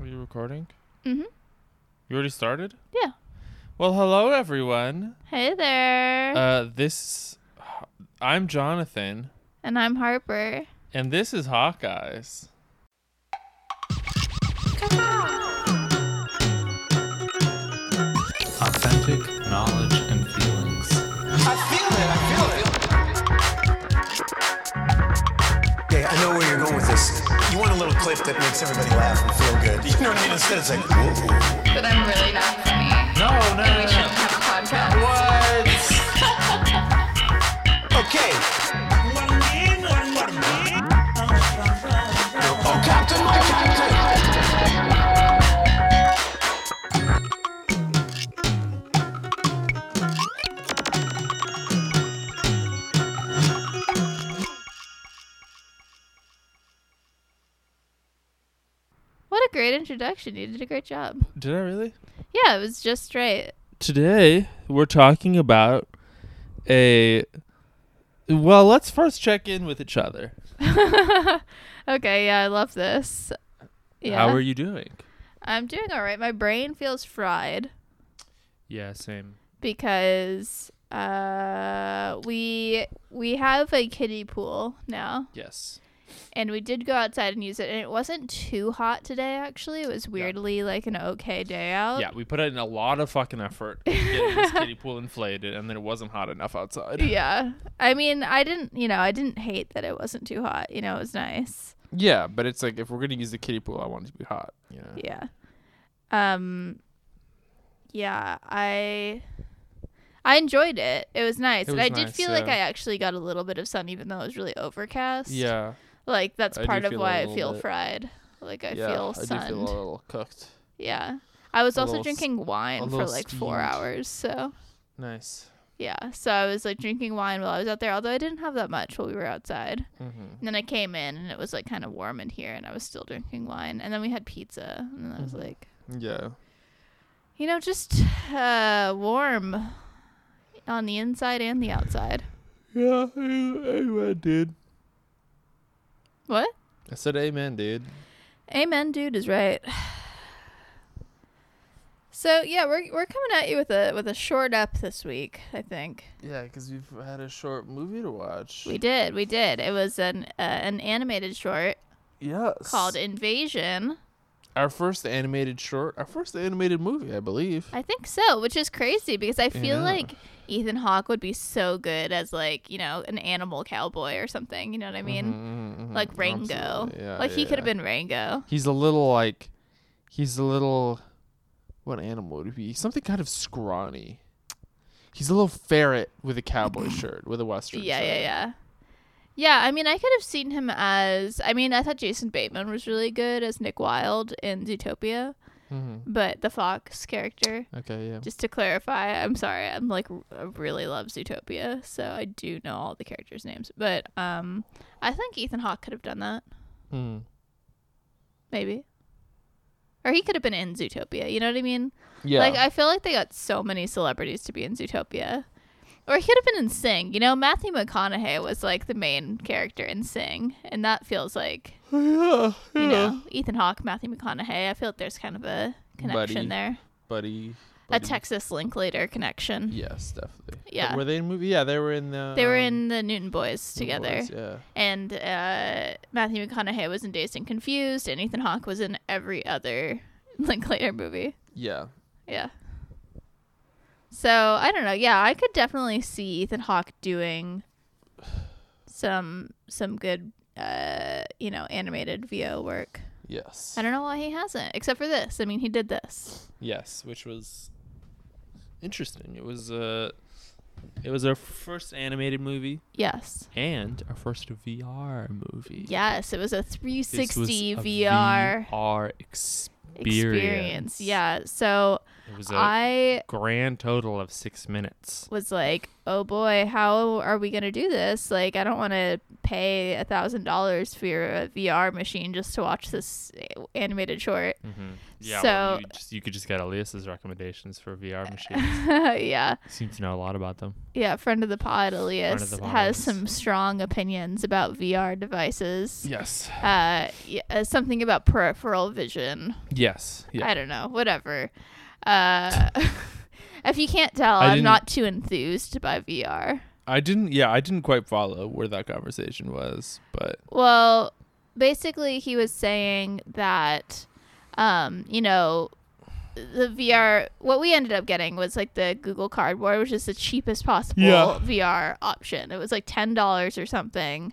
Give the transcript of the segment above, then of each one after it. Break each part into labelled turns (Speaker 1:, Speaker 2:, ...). Speaker 1: Are you recording?
Speaker 2: Mm-hmm.
Speaker 1: You already started?
Speaker 2: Yeah.
Speaker 1: Well, hello everyone.
Speaker 2: Hey there.
Speaker 1: Uh this I'm Jonathan
Speaker 2: and I'm Harper.
Speaker 1: and this is Hawkeyes.
Speaker 3: authentic knowledge and feelings.
Speaker 4: Okay, I know where you're going with this. You want a little clip that makes everybody laugh and feel good. You don't need to sit. It's like, whoa.
Speaker 5: But I'm really not funny.
Speaker 3: No, no,
Speaker 5: And we shouldn't have a podcast.
Speaker 4: What? okay. Oh, Captain, my Captain!
Speaker 2: What a great introduction. You did a great job.
Speaker 1: Did I really?
Speaker 2: Yeah, it was just right.
Speaker 1: Today we're talking about a well, let's first check in with each other.
Speaker 2: Okay, yeah, I love this. Yeah.
Speaker 1: How are you doing?
Speaker 2: I'm doing all right. My brain feels fried
Speaker 1: Yeah, same.
Speaker 2: because uh we we have a kiddie pool now
Speaker 1: Yes.
Speaker 2: and we did go outside and use it and it wasn't too hot today actually it was weirdly like an okay day out
Speaker 1: Yeah, we put in a lot of fucking effort in getting this kiddie pool inflated and then it wasn't hot enough outside.
Speaker 2: yeah i mean i didn't you know i didn't hate that it wasn't too hot you know it was nice
Speaker 1: Yeah, but it's like if we're gonna use the kiddie pool, I want it to be hot. You know?
Speaker 2: yeah um yeah i i enjoyed it it was
Speaker 1: It
Speaker 2: nice and
Speaker 1: was
Speaker 2: i did
Speaker 1: nice,
Speaker 2: feel like
Speaker 1: yeah.
Speaker 2: i actually got a little bit of sun even though it was really overcast
Speaker 1: Yeah.
Speaker 2: like that's
Speaker 1: I do
Speaker 2: part of
Speaker 1: feel a
Speaker 2: why i
Speaker 1: little
Speaker 2: feel
Speaker 1: bit.
Speaker 2: fried like i
Speaker 1: yeah,
Speaker 2: feel
Speaker 1: I do feel
Speaker 2: sunned
Speaker 1: a little cooked.
Speaker 2: yeah i was
Speaker 1: a
Speaker 2: also
Speaker 1: little s-
Speaker 2: drinking wine for
Speaker 1: little
Speaker 2: like four
Speaker 1: steamed.
Speaker 2: hours so
Speaker 1: Nice.
Speaker 2: yeah so i was like drinking wine while i was out there although i didn't have that much while we were outside
Speaker 1: Mm-hmm.
Speaker 2: and then i came in and it was like kind of warm in here and i was still drinking wine and then we had pizza and i was like
Speaker 1: Yeah.
Speaker 2: You know, just uh, warm on the inside and the outside.
Speaker 1: Yeah. Amen, dude.
Speaker 2: What?
Speaker 1: I said amen, dude.
Speaker 2: Amen, dude is right. So yeah, we're we're coming at you with a with a short up this week. I think
Speaker 1: Yeah, because we've had a short movie to watch.
Speaker 2: we did, we did. It was an uh, an animated short
Speaker 1: yes.
Speaker 2: called Invasion.
Speaker 1: our first animated short, our first animated movie, I believe.
Speaker 2: I think so, which is crazy because I feel
Speaker 1: Yeah.
Speaker 2: like Ethan Hawke would be so good as like you know an animal cowboy or something. You know what I mean?
Speaker 1: Mhm, mhm,
Speaker 2: Like Rango.
Speaker 1: absolutely. Yeah,
Speaker 2: like he
Speaker 1: yeah,
Speaker 2: could have
Speaker 1: yeah.
Speaker 2: been Rango.
Speaker 1: He's a little like, he's a little, what animal would he be? Something kind of scrawny. He's a little ferret with a cowboy shirt, with a western.
Speaker 2: Yeah,
Speaker 1: shirt.
Speaker 2: yeah, yeah. Yeah, I mean, I could have seen him as. I mean, I thought Jason Bateman was really good as Nick Wilde in Zootopia,
Speaker 1: Mm-hmm.
Speaker 2: but the Fox character.
Speaker 1: Okay, yeah.
Speaker 2: Just to clarify, I'm sorry, I'm like r- I really love Zootopia, so I do know all the characters' names, but um, I think Ethan Hawke could have done that,
Speaker 1: Mm.
Speaker 2: maybe, or he could have been in Zootopia. You know what I mean?
Speaker 1: Yeah.
Speaker 2: Like I feel like they got so many celebrities to be in Zootopia. Or he could have been in Sing. You know, Matthew McConaughey was like the main character in Sing, and that feels like
Speaker 1: yeah,
Speaker 2: you know Ethan Hawke, Matthew McConaughey. I feel like there's kind of a
Speaker 1: Buddy.
Speaker 2: connection there,
Speaker 1: buddy,
Speaker 2: a
Speaker 1: buddy.
Speaker 2: Texas Linklater connection.
Speaker 1: Yes, definitely. But
Speaker 2: Yeah.
Speaker 1: Were they in the movie? Yeah, they were in the.
Speaker 2: They were
Speaker 1: um,
Speaker 2: in the Newton Boys
Speaker 1: New
Speaker 2: together,
Speaker 1: Boys, yeah.
Speaker 2: and uh, Matthew McConaughey was in Dazed and Confused, and Ethan Hawke was in every other Linklater movie.
Speaker 1: Yeah.
Speaker 2: Yeah. So I don't know. Yeah, I could definitely see Ethan Hawke doing some some good, uh, you know, animated VO work.
Speaker 1: Yes.
Speaker 2: I don't know why he hasn't, except for this. I mean, he did this.
Speaker 1: Yes, which was interesting. It was uh it was our first animated movie
Speaker 2: Yes.
Speaker 1: and our first VR movie.
Speaker 2: Yes, it was a 360
Speaker 1: This was a
Speaker 2: VR
Speaker 1: VR experience.
Speaker 2: experience. Yeah. So
Speaker 1: It was a
Speaker 2: I
Speaker 1: grand total of six minutes.
Speaker 2: was like, oh boy, how are we gonna do this? Like, I don't want to pay a thousand dollars for a VR machine just to watch this animated short.
Speaker 1: Yeah,
Speaker 2: Mm-hmm. So- Uh,
Speaker 1: well, you, just, you could just get Elias's recommendations for VR machines.
Speaker 2: yeah,
Speaker 1: He Seems to know a lot about them.
Speaker 2: yeah. Friend of the pod, Elias
Speaker 1: the pod,
Speaker 2: has
Speaker 1: Elias.
Speaker 2: some strong opinions about VR devices.
Speaker 1: Yes.
Speaker 2: Uh, yeah, uh, something about peripheral vision.
Speaker 1: Yes. Yeah.
Speaker 2: I don't know. Whatever. Uh, if you can't tell,
Speaker 1: I
Speaker 2: I'm
Speaker 1: didn't-
Speaker 2: not too enthused by VR.
Speaker 1: I didn't. Yeah, I didn't quite follow where that conversation was, but
Speaker 2: Well, basically, he was saying that, um, you know, the VR. What we ended up getting was like the Google Cardboard, which is the cheapest possible
Speaker 1: Yeah.
Speaker 2: VR option. It was like ten dollars or something,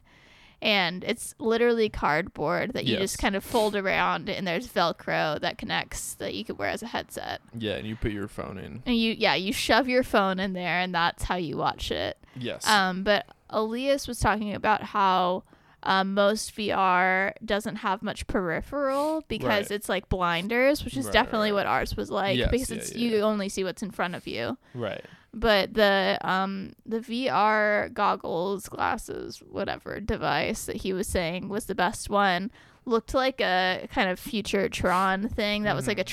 Speaker 2: and it's literally cardboard that you
Speaker 1: Yes.
Speaker 2: just kind of fold around, and there's Velcro that connects that you could wear as a headset.
Speaker 1: yeah, and you put your phone in.
Speaker 2: And you, yeah, you shove your phone in there, and that's how you watch it.
Speaker 1: Yes.
Speaker 2: Um, but Elias was talking about how um, most VR doesn't have much peripheral because
Speaker 1: Right.
Speaker 2: it's like blinders, which is
Speaker 1: Right,
Speaker 2: definitely
Speaker 1: right,
Speaker 2: what ours was like
Speaker 1: Yes,
Speaker 2: because
Speaker 1: yeah,
Speaker 2: it's
Speaker 1: yeah,
Speaker 2: you
Speaker 1: yeah.
Speaker 2: only see what's in front of you.
Speaker 1: right.
Speaker 2: But the um, the VR goggles, glasses, whatever device that he was saying was the best one looked like a kind of future Tron thing that was like a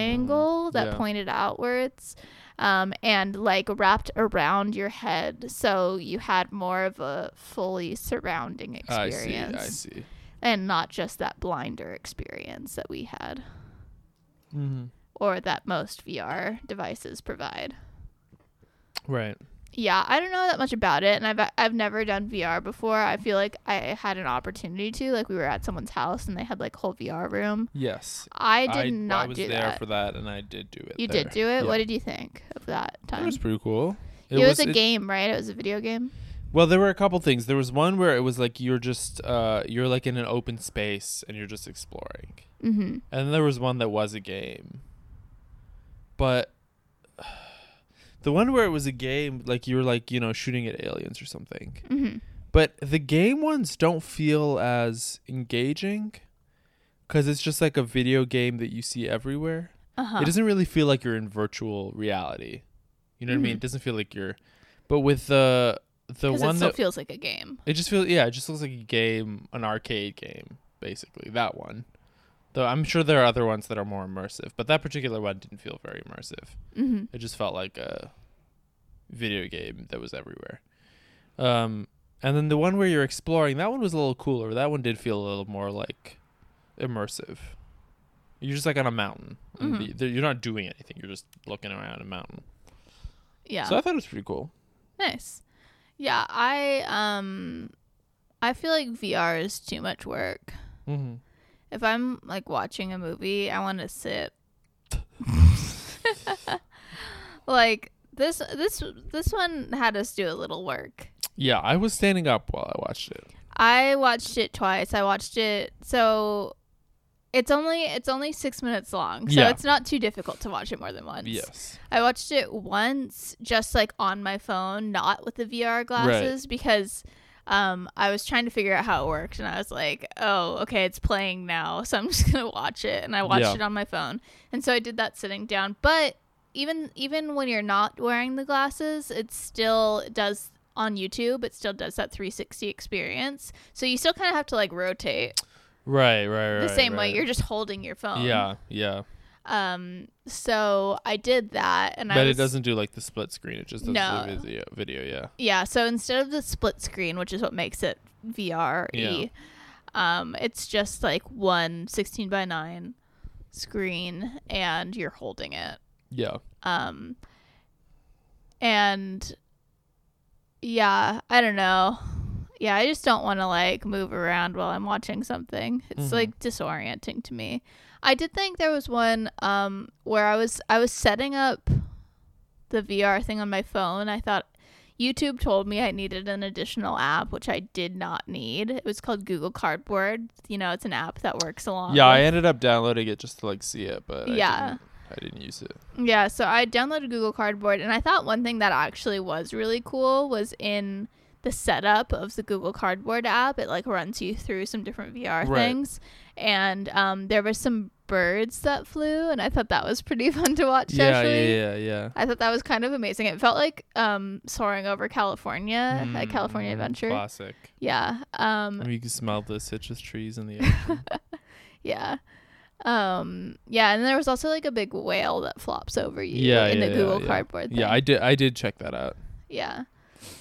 Speaker 2: triangle that
Speaker 1: Mm-hmm. Yeah.
Speaker 2: pointed outwards um, and like wrapped around your head. So you had more of a fully surrounding
Speaker 1: I
Speaker 2: experience
Speaker 1: see. I see.
Speaker 2: and not just that blinder experience that we had
Speaker 1: Mm-hmm.
Speaker 2: or that most VR devices provide.
Speaker 1: Right.
Speaker 2: Yeah, I don't know that much about it, and I've I've never done VR before. I feel like I had an opportunity to, like we were at someone's house and they had like a whole VR room.
Speaker 1: Yes.
Speaker 2: I did
Speaker 1: I,
Speaker 2: not
Speaker 1: I was
Speaker 2: do
Speaker 1: there
Speaker 2: that.
Speaker 1: for that, and I did do it.
Speaker 2: you
Speaker 1: there.
Speaker 2: did do it.
Speaker 1: Yeah.
Speaker 2: What did you think of that time?
Speaker 1: It was pretty cool.
Speaker 2: It was a
Speaker 1: it-
Speaker 2: game, right? It was a video game.
Speaker 1: Well, there were a couple things. There was one where it was like you're just uh you're like in an open space and you're just exploring.
Speaker 2: Mm-hmm.
Speaker 1: And there was one that was a game. But the one where it was a game like you were like, you know, shooting at aliens or something.
Speaker 2: Mm-hmm.
Speaker 1: But the game ones don't feel as engaging cuz it's just like a video game that you see everywhere.
Speaker 2: Uh huh.
Speaker 1: It doesn't really feel like you're in virtual reality. You know what I mean?
Speaker 2: Mhm.
Speaker 1: It doesn't feel like you're But with the the
Speaker 2: Because it
Speaker 1: one
Speaker 2: still
Speaker 1: that
Speaker 2: feels like a game.
Speaker 1: it just feels yeah, it just looks like a game, an arcade game, basically. That one. Though I'm sure there are other ones that are more immersive, but that particular one didn't feel very immersive.
Speaker 2: Mm-hmm.
Speaker 1: It just felt like a video game that was everywhere. Um and then the one where you're exploring, that one was a little cooler. That one did feel a little more like immersive. You're just like on a mountain. and
Speaker 2: Mhm.
Speaker 1: the- the- you're not doing anything. You're just looking around a mountain.
Speaker 2: Yeah.
Speaker 1: So I thought it was pretty cool.
Speaker 2: nice. Yeah, I um, I feel like VR is too much work.
Speaker 1: Mm-hmm.
Speaker 2: If I'm like watching a movie, I want to sit. like this this this one had us do a little work.
Speaker 1: Yeah, I was standing up while I watched it.
Speaker 2: I watched it twice. I watched it so it's only it's only 6 minutes long. So
Speaker 1: Yeah.
Speaker 2: it's not too difficult to watch it more than once.
Speaker 1: Yes.
Speaker 2: I watched it once just like on my phone, not with the VR glasses because um, I was trying to figure out how it worked and I was like, oh, okay, it's playing now. So I'm just going to watch it. And I watched
Speaker 1: Yeah.
Speaker 2: it on my phone. And so I did that sitting down. But even even when you're not wearing the glasses, it still does on YouTube, it still does that 360 experience. So you still kind of have to like rotate
Speaker 1: Right, right, right.
Speaker 2: the same way.
Speaker 1: right.
Speaker 2: You're just holding your phone.
Speaker 1: Yeah, yeah.
Speaker 2: Um. So I did that, and I
Speaker 1: But
Speaker 2: was,
Speaker 1: it doesn't do like the split screen. It just does
Speaker 2: No.
Speaker 1: the video. Video, yeah.
Speaker 2: Yeah, so instead of the split screen, which is what makes it VR y, um, it's just like one 16 by 9 screen and you're holding it.
Speaker 1: Yeah.
Speaker 2: Um, and yeah, I don't know. Yeah, I just don't want to like move around while I'm watching something. It's
Speaker 1: Mhm.
Speaker 2: like disorienting to me. I did think there was one um where I was I was setting up the VR thing on my phone. I thought YouTube told me I needed an additional app, which I did not need. It was called Google Cardboard. You know, it's an app that works along.
Speaker 1: Yeah,
Speaker 2: with-
Speaker 1: I ended up downloading it just to like see it, but I
Speaker 2: Yeah.
Speaker 1: didn't, I didn't use it.
Speaker 2: Yeah, so I downloaded Google Cardboard and I thought one thing that actually was really cool was in the setup of the Google Cardboard app. It like runs you through some different VR
Speaker 1: Right.
Speaker 2: things, and um, there were some birds that flew, and I thought that was pretty fun to watch.
Speaker 1: yeah,
Speaker 2: actually.
Speaker 1: yeah, yeah, yeah.
Speaker 2: I thought that was kind of amazing. It felt like um, soaring over California, a California
Speaker 1: Mm,
Speaker 2: adventure.
Speaker 1: Classic. Mm.
Speaker 2: Yeah. Um,
Speaker 1: I mean, you can smell the citrus trees in the ocean.
Speaker 2: yeah. Um, yeah. And there was also like a big whale that flops over you
Speaker 1: yeah,
Speaker 2: in
Speaker 1: yeah,
Speaker 2: the
Speaker 1: yeah,
Speaker 2: Google
Speaker 1: yeah.
Speaker 2: Cardboard thing.
Speaker 1: Yeah, I did. I did check that out.
Speaker 2: Yeah.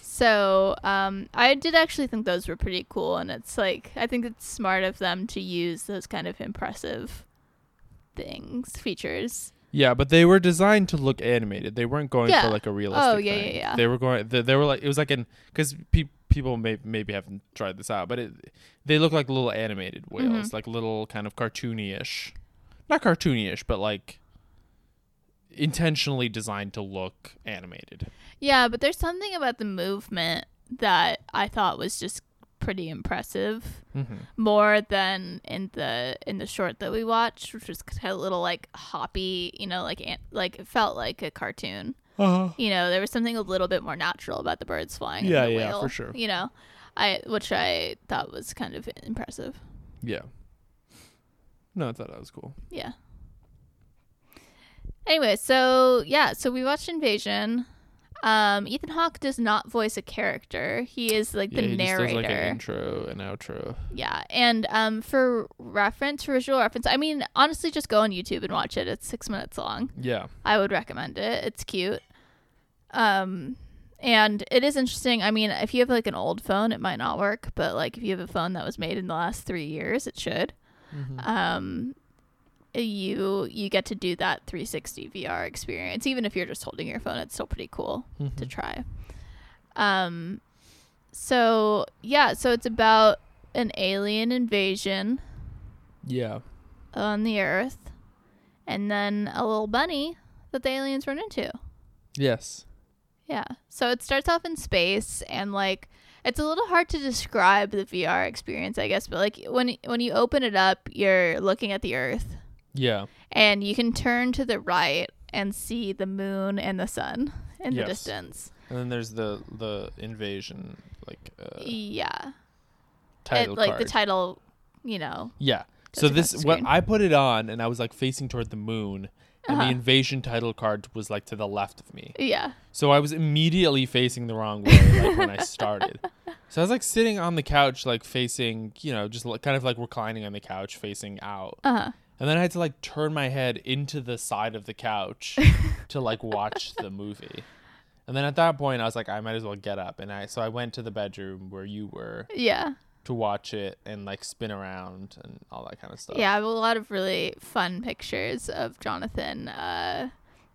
Speaker 2: So um, I did actually think those were pretty cool, and it's like I think it's smart of them to use those kind of impressive things, features.
Speaker 1: Yeah, but they were designed to look animated. They weren't going
Speaker 2: Yeah.
Speaker 1: for like a realistic.
Speaker 2: Oh, yeah, yeah,
Speaker 1: thing.
Speaker 2: yeah.
Speaker 1: They were going. They, they were like it was like an because pe- people may maybe haven't tried this out, but it they look like little animated whales,
Speaker 2: Mm-hmm.
Speaker 1: like little kind of cartoony-ish, not cartoony-ish, but like intentionally designed to look animated.
Speaker 2: Yeah, but there's something about the movement that I thought was just pretty impressive,
Speaker 1: Mm-hmm.
Speaker 2: more than in the in the short that we watched, which was kind of a little like hoppy, you know, like an- like it felt like a cartoon. You know, there was something a little bit more natural about the birds flying. and
Speaker 1: Yeah,
Speaker 2: the
Speaker 1: yeah,
Speaker 2: whale,
Speaker 1: for sure.
Speaker 2: You know, I which I thought was kind of impressive.
Speaker 1: Yeah. No, I thought that was cool.
Speaker 2: Yeah. Anyway, so yeah, so we watched Invasion. Um, Ethan Hawke does not voice a character. He is like the
Speaker 1: yeah, he
Speaker 2: narrator.
Speaker 1: just does like an intro and outro.
Speaker 2: yeah, and um, for reference, for visual reference, I mean, honestly, just go on YouTube and watch it. It's six minutes long.
Speaker 1: Yeah.
Speaker 2: I would recommend it. It's cute. Um, and it is interesting. I mean, if you have like an old phone, it might not work, but like if you have a phone that was made in the last three years, it should.
Speaker 1: Mm-hmm.
Speaker 2: Um, you you get to do that 360 VR experience, even if you're just holding your phone. It's still pretty cool to try. Um, so yeah, so it's about an alien invasion
Speaker 1: Yeah.
Speaker 2: on the Earth, and then a little bunny that the aliens run into.
Speaker 1: Yes.
Speaker 2: Yeah. So it starts off in space and like it's a little hard to describe the VR experience, I guess, but like when when you open it up, you're looking at the earth
Speaker 1: Yeah.
Speaker 2: and you can turn to the right and see the moon and the sun in
Speaker 1: Yes.
Speaker 2: the distance.
Speaker 1: And then there's the the invasion like uh,
Speaker 2: Yeah.
Speaker 1: title
Speaker 2: it, like
Speaker 1: card.
Speaker 2: the title, you know.
Speaker 1: Yeah.
Speaker 2: Goes
Speaker 1: So
Speaker 2: across
Speaker 1: this
Speaker 2: the
Speaker 1: what
Speaker 2: screen.
Speaker 1: I put it on and I was like facing toward the moon and
Speaker 2: Uh-huh.
Speaker 1: the invasion title card was like to the left of me.
Speaker 2: Yeah.
Speaker 1: So I was immediately facing the wrong way like when I started. So I was like sitting on the couch like facing, you know, just like, kind of like reclining on the couch facing out.
Speaker 2: Uh-huh.
Speaker 1: And then I had to like turn my head into the side of the couch to like watch the movie. And then at that point I was like I might as well get up and I so I went to the bedroom where you were
Speaker 2: Yeah.
Speaker 1: to watch it and like spin around and all that kind of stuff.
Speaker 2: Yeah, I have a lot of really fun pictures of Jonathan uh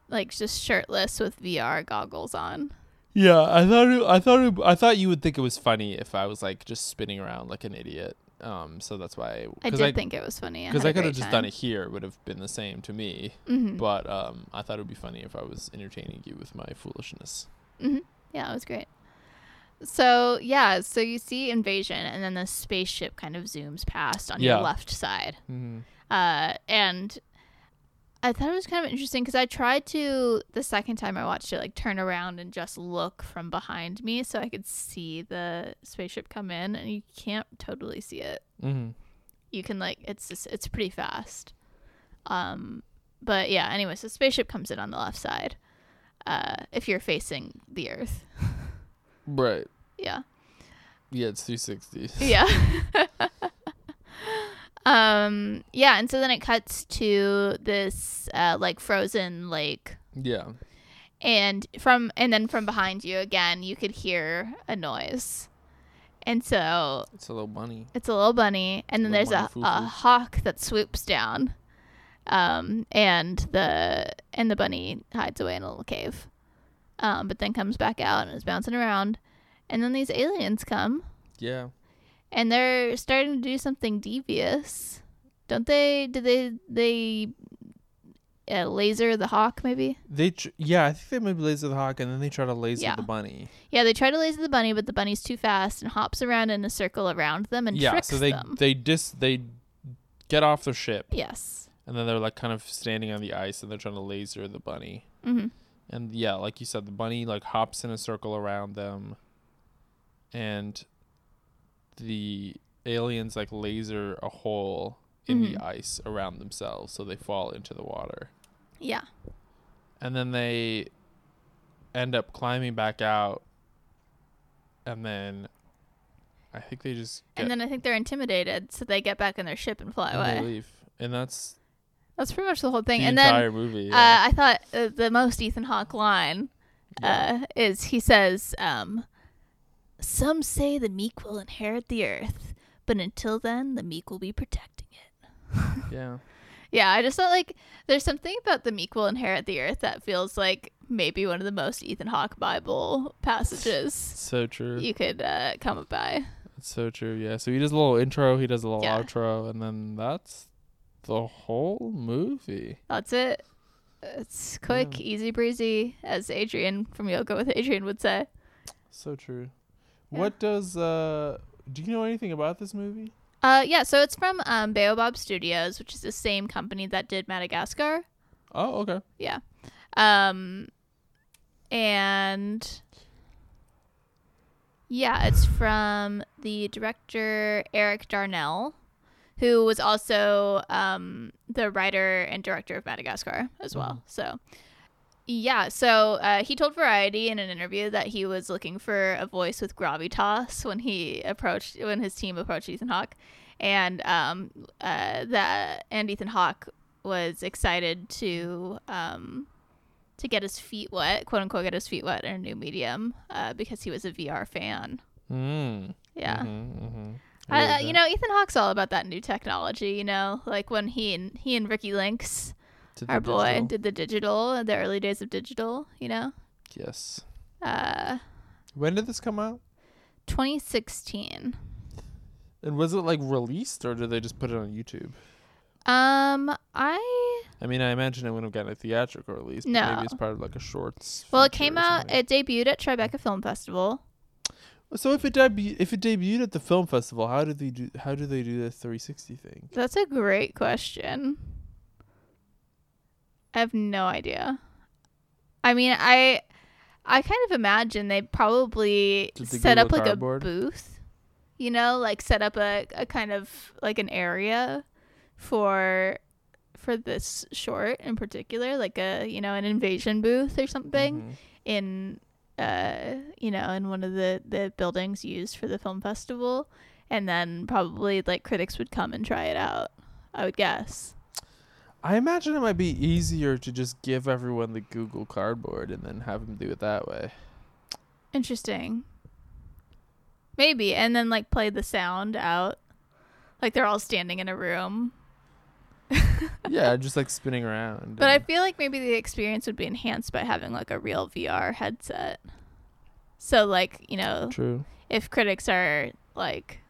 Speaker 2: like just shirtless with VR goggles on.
Speaker 1: Yeah, I thought it, I thought it, I thought you would think it was funny if I was like just spinning around like an idiot. Um, so that's why
Speaker 2: I
Speaker 1: 'cause
Speaker 2: did think it was funny.
Speaker 1: because I could have
Speaker 2: have
Speaker 1: just done it here, it would have been the same to me.
Speaker 2: Mm-hmm.
Speaker 1: But um, I thought it would be funny if I was entertaining you with my foolishness.
Speaker 2: Yeah, it was great. So yeah, so you see invasion, and then the spaceship kind of zooms past on
Speaker 1: Yeah.
Speaker 2: your left side, uh, and I thought it was kind of interesting because I tried to the second time I watched it, like turn around and just look from behind me so I could see the spaceship come in, and you can't totally see it.
Speaker 1: Mm-hmm.
Speaker 2: You can like it's just, it's pretty fast, um, but yeah. Anyway, so spaceship comes in on the left side, uh, if you're facing the Earth.
Speaker 1: Right.
Speaker 2: Yeah.
Speaker 1: Yeah, it's 360.
Speaker 2: Yeah. um yeah, and so then it cuts to this uh like frozen lake
Speaker 1: yeah.
Speaker 2: and from and then from behind you again you could hear a noise. And so
Speaker 1: It's a little bunny.
Speaker 2: it's a little bunny and then
Speaker 1: Little
Speaker 2: there's a,
Speaker 1: bunny
Speaker 2: a
Speaker 1: foo-foo.
Speaker 2: hawk that swoops down. Um and the and the bunny hides away in a little cave. Um but then comes back out and is bouncing around. And then these aliens come
Speaker 1: Yeah.
Speaker 2: and they're starting to do something devious, don't they? Do they they uh, laser the hawk maybe?
Speaker 1: They tr- yeah, I think they maybe laser the hawk and then they try to laser
Speaker 2: Yeah.
Speaker 1: the bunny.
Speaker 2: Yeah, they try to laser the bunny, but the bunny's too fast and hops around in a circle around them and
Speaker 1: yeah,
Speaker 2: tricks
Speaker 1: so they
Speaker 2: them.
Speaker 1: they dis they get off the ship
Speaker 2: yes.
Speaker 1: and then they're like kind of standing on the ice and they're trying to laser the bunny
Speaker 2: Mhm.
Speaker 1: and yeah like you said the bunny like hops in a circle around them and the aliens like laser a hole in
Speaker 2: Mm-hmm.
Speaker 1: the ice around themselves so they fall into the water
Speaker 2: Yeah.
Speaker 1: and then they end up climbing back out and then i think they just
Speaker 2: And then I think they're intimidated, so they get back in their ship and fly
Speaker 1: and they
Speaker 2: away.
Speaker 1: leave and that's
Speaker 2: That's pretty much the whole thing.
Speaker 1: the
Speaker 2: and
Speaker 1: entire
Speaker 2: then
Speaker 1: movie
Speaker 2: uh, I thought uh, the most Ethan Hawke line uh, is he says, um, "Some say the meek will inherit the earth, but until then, the meek will be protecting it."
Speaker 1: yeah
Speaker 2: Yeah, I just felt like there's something about the meek will inherit the earth that feels like maybe one of the most Ethan Hawke Bible passages
Speaker 1: so true
Speaker 2: you could uh, come up by.
Speaker 1: That's so true. Yeah. So he does a little intro, he does a little
Speaker 2: Yeah.
Speaker 1: outro, and then that's the whole movie.
Speaker 2: That's it. It's quick, easy breezy, as Adrian from Yoga with Adrian would say.
Speaker 1: So true.
Speaker 2: Yeah.
Speaker 1: What does uh do you know anything about this movie?
Speaker 2: Uh, yeah, so it's from um, Baobab Studios, which is the same company that did Madagascar.
Speaker 1: Oh, okay.
Speaker 2: Yeah. Um, and yeah, it's from the director Eric Darnell, who was also um, the writer and director of Madagascar as well. So, yeah, so uh, he told Variety in an interview that he was looking for a voice with gravitas when he approached when his team approached Ethan Hawke, and um, uh, that and Ethan Hawke was excited to um, to get his feet wet, quote unquote, get his feet wet in a new medium uh, because he was a VR fan.
Speaker 1: Mm.
Speaker 2: Yeah.
Speaker 1: Mm-hmm,
Speaker 2: I, I- you know, Ethan Hawke's all about that new technology. You know, like when he and he and Ricky Links, our boy, did the digital, the early days of digital. You know,
Speaker 1: Yes.
Speaker 2: uh,
Speaker 1: When did this come out?
Speaker 2: 2016.
Speaker 1: And was it like released or did they just put it on YouTube?
Speaker 2: Um, I
Speaker 1: I mean, I imagine it wouldn't have gotten a theatrical release. but Maybe it's
Speaker 2: No.
Speaker 1: part of like a shorts.
Speaker 2: well, it
Speaker 1: feature
Speaker 2: came
Speaker 1: or
Speaker 2: out.
Speaker 1: something.
Speaker 2: It debuted at Tribeca Film Festival.
Speaker 1: so if it debu- if it debuted at the film festival, how did they do? How do they do the 360 thing?
Speaker 2: That's a great question. I have no idea. I mean, I I kind of imagine they probably
Speaker 1: Did they
Speaker 2: set up
Speaker 1: Google
Speaker 2: like
Speaker 1: cardboard?
Speaker 2: a booth. You know, like set up a, a kind of like an area for for this short in particular, like a, you know, an invasion booth or something
Speaker 1: Mhm.
Speaker 2: in uh you know in one of the the buildings used for the film festival and then probably like critics would come and try it out i would guess
Speaker 1: I imagine it might be easier to just give everyone the Google Cardboard and then have them do it that way.
Speaker 2: interesting maybe and then like play the sound out like they're all standing in a room
Speaker 1: yeah, just like spinning around.
Speaker 2: but i
Speaker 1: and-
Speaker 2: feel like maybe the experience would be enhanced by having like a real vr headset so like you know
Speaker 1: true.
Speaker 2: if critics are like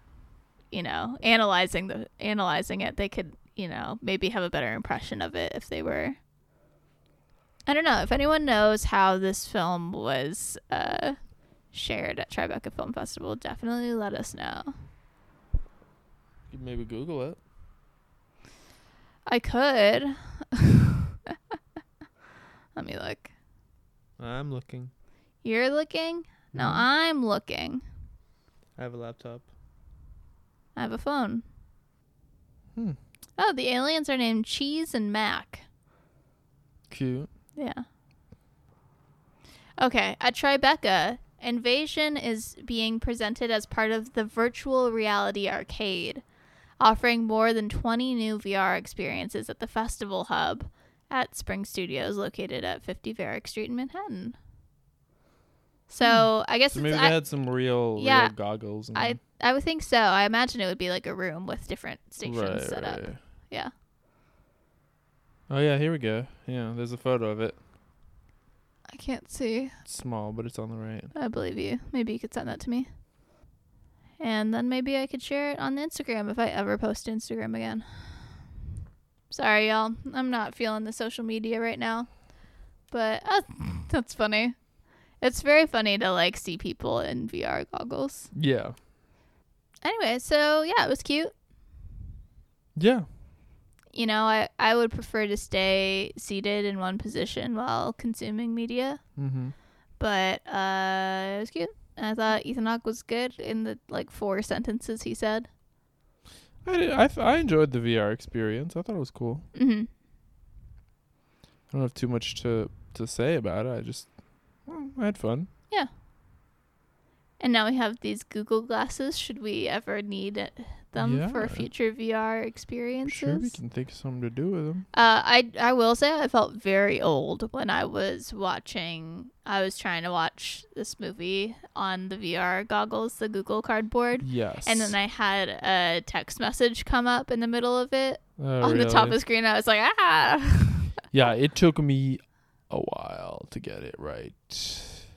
Speaker 2: you know analyzing the analyzing it they could you know maybe have a better impression of it if they were i don't know if anyone knows how this film was uh shared at tribeca film festival definitely let us know
Speaker 1: You could maybe Google it.
Speaker 2: i could let me look
Speaker 1: I'm looking. Mm-hmm.
Speaker 2: you're looking no i'm looking
Speaker 1: I have a laptop.
Speaker 2: i have a phone
Speaker 1: Hmm.
Speaker 2: oh the aliens are named cheese and mac
Speaker 1: Cute.
Speaker 2: Yeah. Okay, at Tribeca, Invasion is being presented as part of the virtual reality arcade, offering more than 20 new VR experiences at the festival hub at Spring Studios, located at 50 Varick Street in Manhattan. So I guess
Speaker 1: So
Speaker 2: it's,
Speaker 1: maybe they
Speaker 2: I,
Speaker 1: had some real,
Speaker 2: yeah,
Speaker 1: real goggles. And
Speaker 2: I I would think so. I imagine it would be like a room with different stations
Speaker 1: Right,
Speaker 2: set up.
Speaker 1: right.
Speaker 2: Yeah.
Speaker 1: Oh yeah, here we go. Yeah, there's a photo of it.
Speaker 2: I can't see.
Speaker 1: It's small, but it's on the right.
Speaker 2: I believe you. Maybe you could send that to me. And then maybe I could share it on Instagram if I ever post to Instagram again. Sorry, y'all. I'm not feeling the social media right now. But uh, that's funny. It's very funny to like see people in VR goggles.
Speaker 1: Yeah.
Speaker 2: Anyway, so yeah, it was cute.
Speaker 1: Yeah.
Speaker 2: You know, I, I would prefer to stay seated in one position while consuming media,
Speaker 1: Mm-hmm.
Speaker 2: but uh, it was cute. I thought Ethan Hawke was good in the like four sentences he said.
Speaker 1: I did, I, th- I enjoyed the VR experience. I thought it was cool.
Speaker 2: Mm-hmm.
Speaker 1: I don't have too much to to say about it. I just well, I had fun.
Speaker 2: And now we have these Google glasses. Should we ever need it- them for
Speaker 1: Yeah.
Speaker 2: future VR
Speaker 1: I'm
Speaker 2: experiences?
Speaker 1: sure we can think of something to do with them.
Speaker 2: Uh, I I will say I felt very old when I was watching. I was trying to watch this movie on the VR goggles, the Google Cardboard,
Speaker 1: Yes.
Speaker 2: and then I had a text message come up in the middle of it
Speaker 1: Oh,
Speaker 2: on the top
Speaker 1: really?
Speaker 2: of the screen. I was like, ah,
Speaker 1: Yeah, it took me a while to get it right.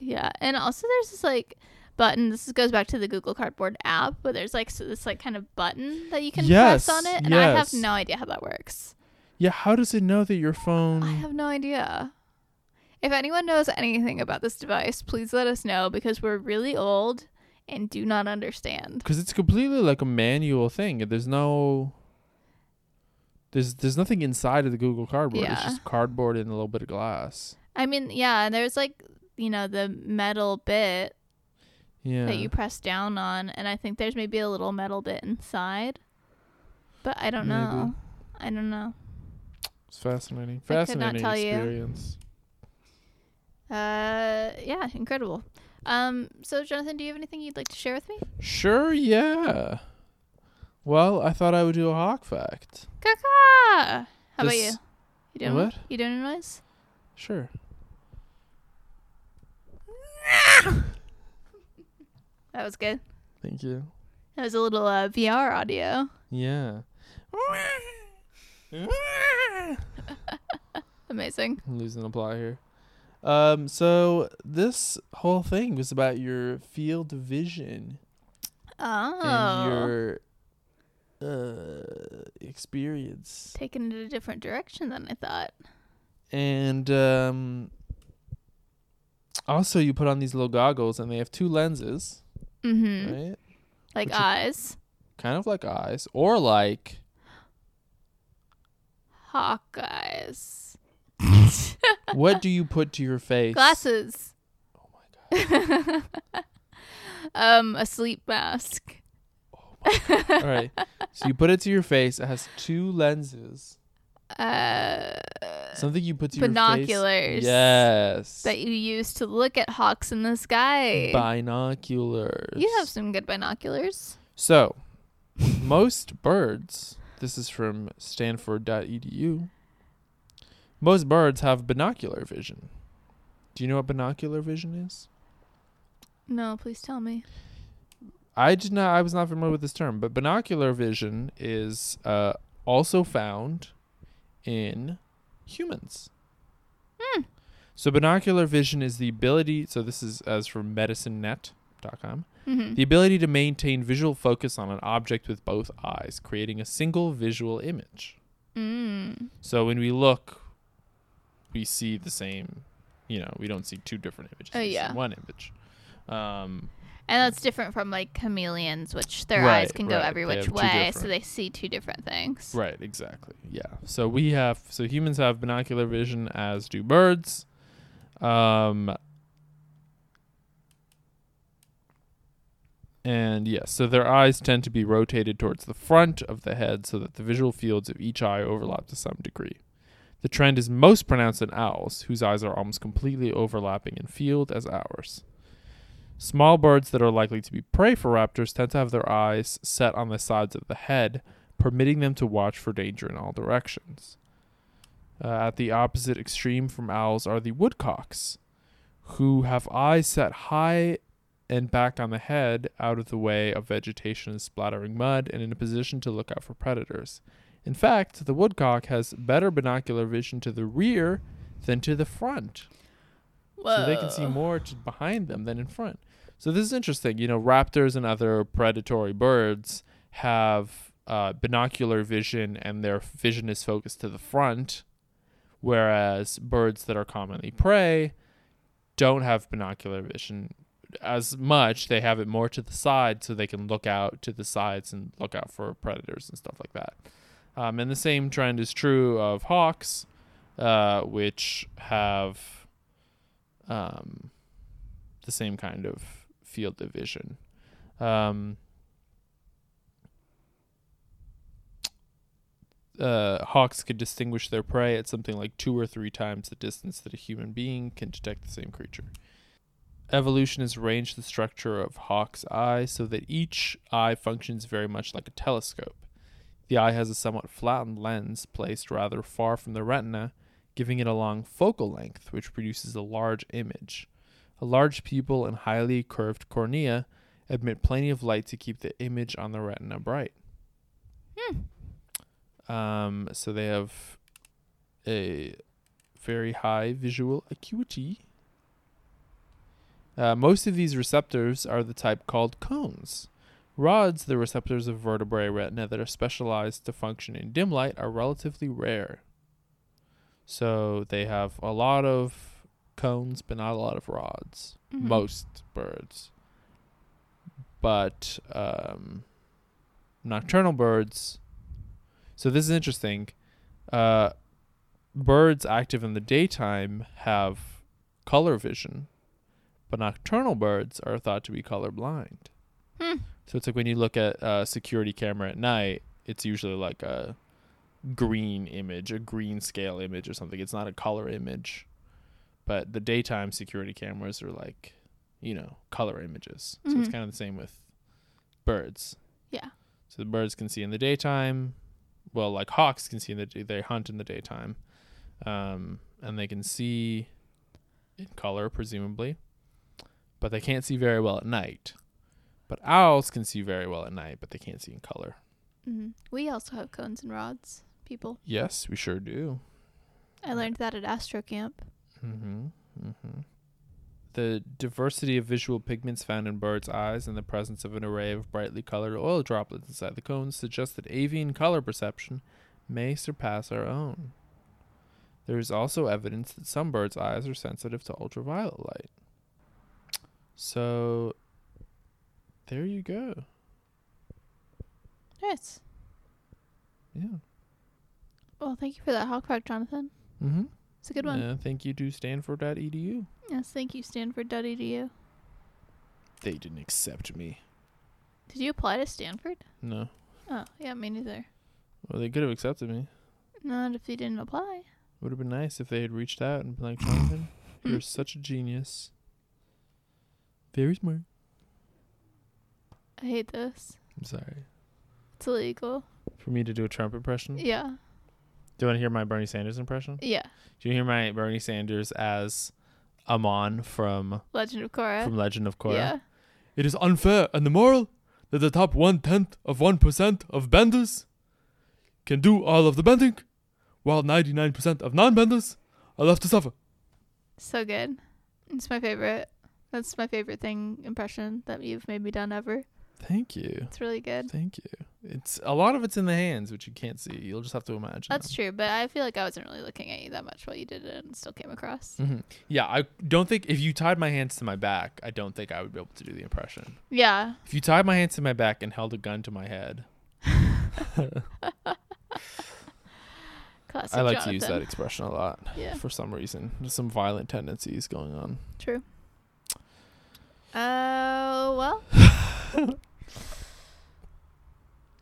Speaker 2: yeah. And also, there's this like button. This goes back to the Google Cardboard app, but there's like s this like kind of button that you can press
Speaker 1: Yes,
Speaker 2: on it, and I have
Speaker 1: yes.
Speaker 2: no idea how that works.
Speaker 1: Yeah, how does it know that your phone?
Speaker 2: I have no idea. If anyone knows anything about this device, please let us know because we're really old and do not understand.
Speaker 1: Because it's completely like a manual thing. There's no. There's there's nothing inside of the Google Cardboard. It's
Speaker 2: Yeah.
Speaker 1: just cardboard and a little bit of glass.
Speaker 2: I mean, yeah, and there's like, you know, the metal bit
Speaker 1: Yeah.
Speaker 2: that you press down on, and I think there's maybe a little metal bit inside. But I don't
Speaker 1: Maybe.
Speaker 2: know. I don't know.
Speaker 1: it's fascinating.
Speaker 2: I could
Speaker 1: Fascinating
Speaker 2: not tell you.
Speaker 1: experience.
Speaker 2: Uh, yeah, incredible. Um, so Jonathan, do you have anything you'd like to share with me?
Speaker 1: Sure. Yeah. Well, I thought I would do a hawk fact.
Speaker 2: Caca! How about
Speaker 1: This-
Speaker 2: you? You doing
Speaker 1: What?
Speaker 2: You doing a noise?
Speaker 1: Sure.
Speaker 2: That was good.
Speaker 1: Thank you.
Speaker 2: That was a little uh, VR audio.
Speaker 1: Yeah.
Speaker 2: Amazing.
Speaker 1: I'm losing the plot here. Um, so this whole thing was about your field of vision.
Speaker 2: Oh.
Speaker 1: and your uh, experience.
Speaker 2: Taken in a different direction than I thought.
Speaker 1: And um, also, you put on these little goggles, and they have two lenses,
Speaker 2: Mm-hmm.
Speaker 1: right?
Speaker 2: Like
Speaker 1: Which is-
Speaker 2: eyes.
Speaker 1: Kind of like eyes, or like
Speaker 2: Hawk eyes.
Speaker 1: what do you put to your face?
Speaker 2: Glasses. Oh my god. um, a sleep mask.
Speaker 1: All right. So you put it to your face. It has two lenses.
Speaker 2: Uh,
Speaker 1: Something you put to your face.
Speaker 2: binoculars.
Speaker 1: Yes.
Speaker 2: That you use to look at hawks in the sky.
Speaker 1: binoculars.
Speaker 2: You have some good binoculars.
Speaker 1: So, most birds, this is from stanford.edu, most birds have binocular vision. Do you know what binocular vision is?
Speaker 2: No, please tell me.
Speaker 1: I did not I was not familiar with this term, but binocular vision is uh, also found in humans. So binocular vision is the ability so this is as from medicinenet.com.
Speaker 2: Mm-hmm.
Speaker 1: The ability to maintain visual focus on an object with both eyes, creating a single visual image.
Speaker 2: Mm.
Speaker 1: So when we look, we see the same, you know, we don't see two different images.
Speaker 2: Oh,
Speaker 1: we see
Speaker 2: yeah.
Speaker 1: One image. Um,
Speaker 2: And that's different from like chameleons, which their eyes
Speaker 1: Right,
Speaker 2: can
Speaker 1: right.
Speaker 2: go every
Speaker 1: They have
Speaker 2: which
Speaker 1: two
Speaker 2: way, so
Speaker 1: different-
Speaker 2: they see two different things.
Speaker 1: right, exactly. Yeah. So we have, so humans have binocular vision as do birds. Um, and yes, so their eyes tend to be rotated towards the front of the head so that the visual fields of each eye overlap to some degree. The trend is most pronounced in owls, whose eyes are almost completely overlapping in field as ours. Small birds that are likely to be prey for raptors tend to have their eyes set on the sides of the head, permitting them to watch for danger in all directions. Uh, at the opposite extreme from owls are the woodcocks, who have eyes set high and back on the head, out of the way of vegetation and splattering mud, and in a position to look out for predators. In fact, the woodcock has better binocular vision to the rear than to the front
Speaker 2: Whoa.
Speaker 1: so they can see more to behind them than in front. So this is interesting. You know, raptors and other predatory birds have uh, binocular vision, and their vision is focused to the front, whereas birds that are commonly prey don't have binocular vision as much. They have it more to the side, so they can look out to the sides and look out for predators and stuff like that. Um, and the same trend is true of hawks, uh, which have um, the same kind of field of vision. Um, uh, hawks could distinguish their prey at something like two or three times the distance that a human being can detect the same creature. Evolution has arranged the structure of hawk's eye so that each eye functions very much like a telescope. The eye has a somewhat flattened lens placed rather far from the retina, giving it a long focal length, which produces a large image. A large pupil and highly curved cornea admit plenty of light to keep the image on the retina bright.
Speaker 2: Hmm.
Speaker 1: Um, so they have a very high visual acuity. Uh, most of these receptors are the type called cones. Rods, the receptors of vertebrae retina that are specialized to function in dim light, are relatively rare. So they have a lot of cones, but not a lot of rods.
Speaker 2: Mm-hmm.
Speaker 1: Most birds. But um, nocturnal birds. So this is interesting. Uh, birds active in the daytime have color vision, but nocturnal birds are thought to be colorblind. So it's like when you look at a security camera at night, it's usually like a green image, a green scale image or something. It's not a color image. But the daytime security cameras are like, you know, color images. So it's kind of the same with birds.
Speaker 2: Yeah.
Speaker 1: So the birds can see in the daytime. Well, like hawks can see in the day, they hunt in the daytime. Um, and they can see in color, presumably. But they can't see very well at night. But owls can see very well at night, but they can't see in color.
Speaker 2: Mm-hmm. We also have cones and rods, people.
Speaker 1: Yes, we sure do.
Speaker 2: I learned that at Astro Camp.
Speaker 1: Mm-hmm, The diversity of visual pigments found in birds' eyes and the presence of an array of brightly colored oil droplets inside the cones suggests that avian color perception may surpass our own. There is also evidence that some birds' eyes are sensitive to ultraviolet light. So, there you go.
Speaker 2: Nice.
Speaker 1: Yeah.
Speaker 2: Well, thank you for that hawk park, Jonathan.
Speaker 1: Mm-hmm.
Speaker 2: It's a good one.
Speaker 1: Uh, thank you to Stanford.edu.
Speaker 2: Yes, thank you, Stanford Duddy to you.
Speaker 1: They didn't accept me.
Speaker 2: Did you apply to Stanford?
Speaker 1: No.
Speaker 2: Oh, yeah, me neither.
Speaker 1: Well, they could have accepted me.
Speaker 2: Not if you didn't apply.
Speaker 1: Would have been nice if they had reached out and been like, Jonathan, you're such a genius. Very smart.
Speaker 2: I hate this.
Speaker 1: I'm sorry.
Speaker 2: It's illegal.
Speaker 1: For me to do a Trump impression?
Speaker 2: Yeah.
Speaker 1: Do you want to hear my Bernie Sanders impression?
Speaker 2: Yeah.
Speaker 1: Do you hear my Bernie Sanders as Amon from
Speaker 2: Legend of Korra.
Speaker 1: from Legend of Korra?
Speaker 2: Yeah.
Speaker 1: It is unfair and immoral that the top one tenth of one percent of benders can do all of the bending, while ninety nine percent of non benders are left to suffer.
Speaker 2: So good. It's my favorite. That's my favorite thing impression that you've made me done ever.
Speaker 1: Thank you.
Speaker 2: It's really good.
Speaker 1: Thank you. It's a lot of it's in the hands, which you can't see. You'll just have to imagine.
Speaker 2: That's true, but I feel like I wasn't really looking at you that much while you did it and still came across.
Speaker 1: Mhm. Yeah, I don't think if you tied my hands to my back, I don't think I would be able to do the impression.
Speaker 2: Yeah.
Speaker 1: If you tied my hands to my back and held a gun to my head,
Speaker 2: Classic
Speaker 1: I like
Speaker 2: Jonathan.
Speaker 1: to use that expression a lot
Speaker 2: Yeah.
Speaker 1: for some reason. There's some violent tendencies going on.
Speaker 2: True. Oh, well.